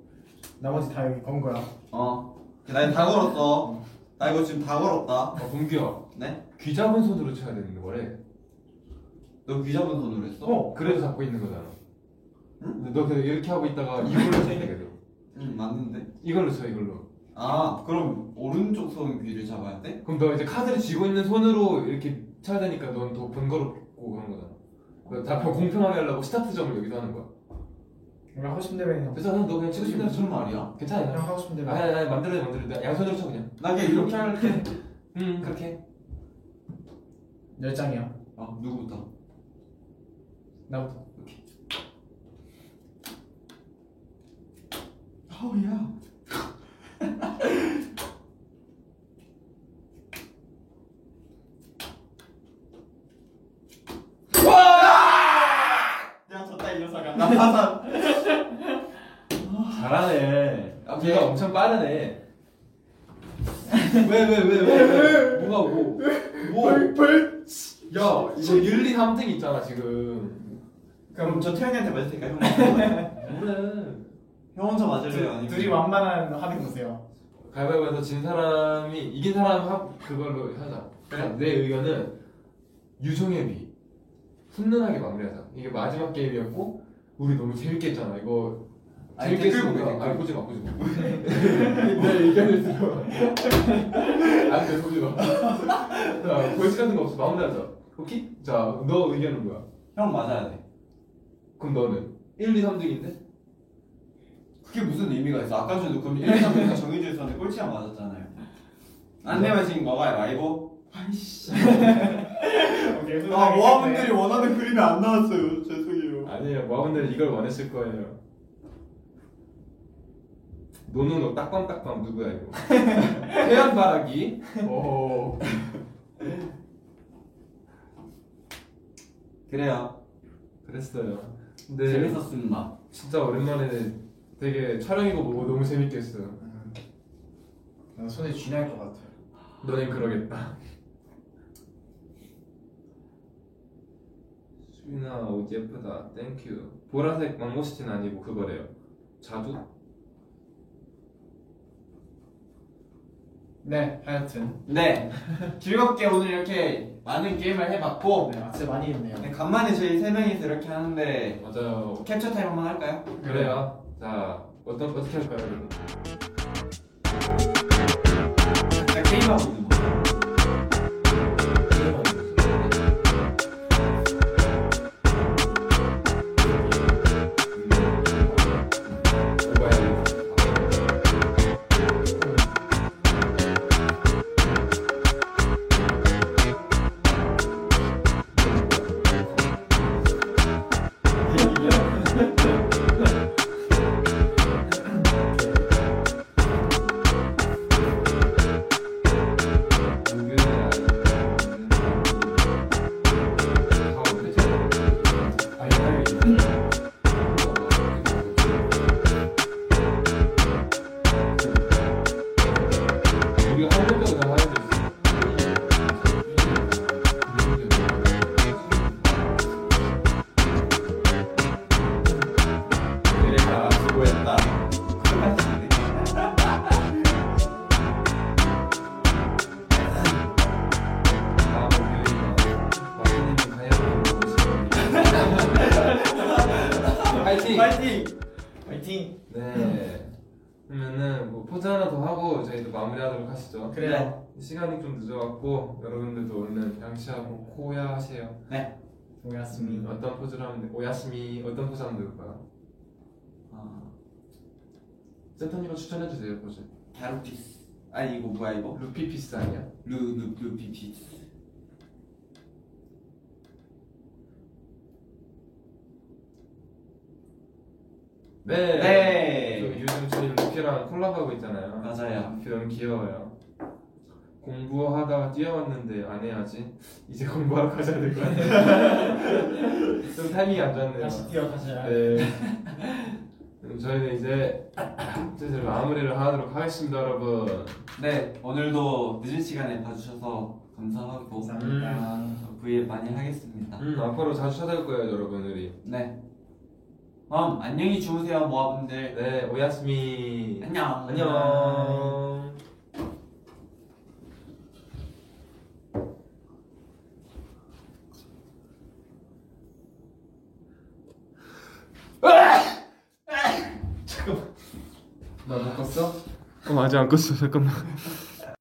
S3: 나머지 다 여기 건 거야.
S1: 어. 나 이거 다 걸었어. 나 이거 지금 다 걸었다.
S2: 어, 동규야,
S1: 네?
S2: 귀 잡은 손으로 쳐야 되는 거래.
S1: 너 귀 잡은 손으로 했어?
S2: 어, 그래서 잡고 있는 거잖아. 근데 너 계속 이렇게 하고 있다가 이걸로 쳐야 돼 계속.
S1: 응, 맞는데.
S2: 이걸로 쳐 이걸로.
S1: 아, 그럼 오른쪽 손 귀를 잡아야 돼?
S2: 그럼 너 이제 카드를 쥐고 있는 손으로 이렇게 쳐야 되니까 넌 더 번거롭고 그런 거잖아. 너다 공평하게 하려고 스타트점을 여기서 하는 거야.
S3: 그냥 하고 싶은 대로 해.
S2: 그래서 너 그냥 치고 싶은 대로
S1: 무슨
S2: 쳐.
S1: 말이야?
S2: 괜찮아.
S3: 그냥 하고 싶은 대로.
S2: 아니
S3: 해.
S2: 아니 아니, 만들어 만들어. 양손으로 쳐 그냥.
S1: 나 그냥 이렇게 할게.
S2: 응 그렇게. 해.
S3: 열 장이야.
S1: 어, 누구부터?
S3: 나부터.
S1: 아우, 야.
S3: 야 졌다 이 녀석아.
S1: 나 화산.
S2: 잘하네.
S1: 오케이.
S2: 아, 네가 엄청 빠르네. 왜왜왜왜 뭐가 뭐뭐야 이거 1, 2, 3등 있잖아 지금
S1: 그럼 저 태현이한테 맞을 테니까 형.
S2: 그래
S1: 형 혼자 맞을래요?
S3: 둘-
S1: 아니면
S3: 둘이 완만한 합의 보세요.
S2: 가위바위보에서 진 사람이 이긴 사람 합 그걸로 하자
S1: 그래?
S2: 자, 내 의견은 유종의비 훈훈하게 마무리하자 이게 마지막 게임이었고 우리 너무 재밌게 했잖아 이거
S1: 아니,
S2: 재밌게
S1: 댓글
S2: 했으면
S1: 보게,
S2: 돼.
S1: 댓글.
S2: 아니 보지 마 보지 [LAUGHS] 마내 의견을 들어 안돼 보지 마 자, 벌칙 같은 거 없어 마무리하자 오케이? 자너 의견은 뭐야?
S1: 형 맞아야 돼.
S2: 그럼 너는? 1, 2, 3등인데?
S1: 그게 무슨 의미가 있어? 아까 전에도 그럼 1, 2, 3, 4 정해져 있었는데 꼴찌가 맞았잖아요. 안내만 지금 먹어요, 라이브.
S3: 오케이,
S1: 아, 모아분들이 원하는 그림이 안 나왔어요. 죄송해요.
S2: 아니에요 모아분들은 이걸 원했을 거예요 노는 거 딱밤딱밤 누구야 이거 [LAUGHS] 태양바라기 오
S1: 그래요.
S2: 그랬어요
S1: 네.
S2: 근데
S1: 재밌었습니다.
S2: 진짜 오랜만에 되게 촬영이고 뭐고 너무 재밌게 했어요
S3: 음. 나 손에 쥐날 것 같아요.
S2: 너넨 그러겠다 수빈아 옷 예쁘다 땡큐 보라색 망고시티는 아니고 그거래요 자두?
S3: 네, 하여튼
S1: 네. 즐겁게 오늘 이렇게 많은 게임을 해봤고,
S3: 네, 악세 많이 했네요.
S1: 네, 간만에 저희 세 명이서 이렇게 하는데,
S2: 맞아요
S1: 캡처 타임 한번 할까요?
S2: 그래요. 자, 어떤 어떻게 할까요, 여러분?
S1: 자, 게임하고 있는 거. 네,
S2: 우리가 한 번도 더 하는 게 있어.
S1: 그래가 수고했다. 아, 똑같이.
S2: 다음 목요일에 파이팅!
S1: 파이팅!
S3: 화이팅.
S2: 네. 그러면은 뭐 포즈 하나 더 하고 저희도 마무리하도록 하시죠.
S3: 그래요.
S2: 네. 시간이 좀 늦어갖고 여러분들도 얼른 양치하고 코야 하세요.
S1: 네.
S3: 고맙습니다.
S2: 음, 어떤 포즈를 하면 돼? 오야스미 어떤 포즈 하면 될까요?
S1: 아,
S2: 센터님가 추천해주세요 포즈.
S1: 갸루피스. 아니, 이거 뭐야, 이거?
S2: 루피 피스 아니야?
S1: 루, 루, 루피피스.
S2: 네.
S1: 네.
S2: 그 요즘 저희 루피랑 콜라보하고 있잖아요.
S1: 맞아요.
S2: 루피 너무 귀여워요. 공부하다가 뛰어왔는데 안 해야지. 이제 공부하러 가셔야 될 것 같아요. [LAUGHS] 좀 타이밍이 안 좋았네요.
S3: 다시 뛰어가자.
S2: 네. 그럼 저희는 이제 슬슬 마무리를 하도록 하겠습니다, 여러분.
S1: 네, 오늘도 늦은 시간에 봐주셔서 감사하고, 음.
S3: 감사합니다.
S1: 브이앱 많이 하겠습니다.
S2: 음, 앞으로 자주 찾아올 거예요, 여러분들이.
S1: 네. 그럼 안녕히 주무세요, 모아분들.
S2: 네, 오야스미.
S1: 안녕.
S2: 안녕.
S1: 나못 갔어?
S2: 어, 아직 안 껐어. 잠깐만.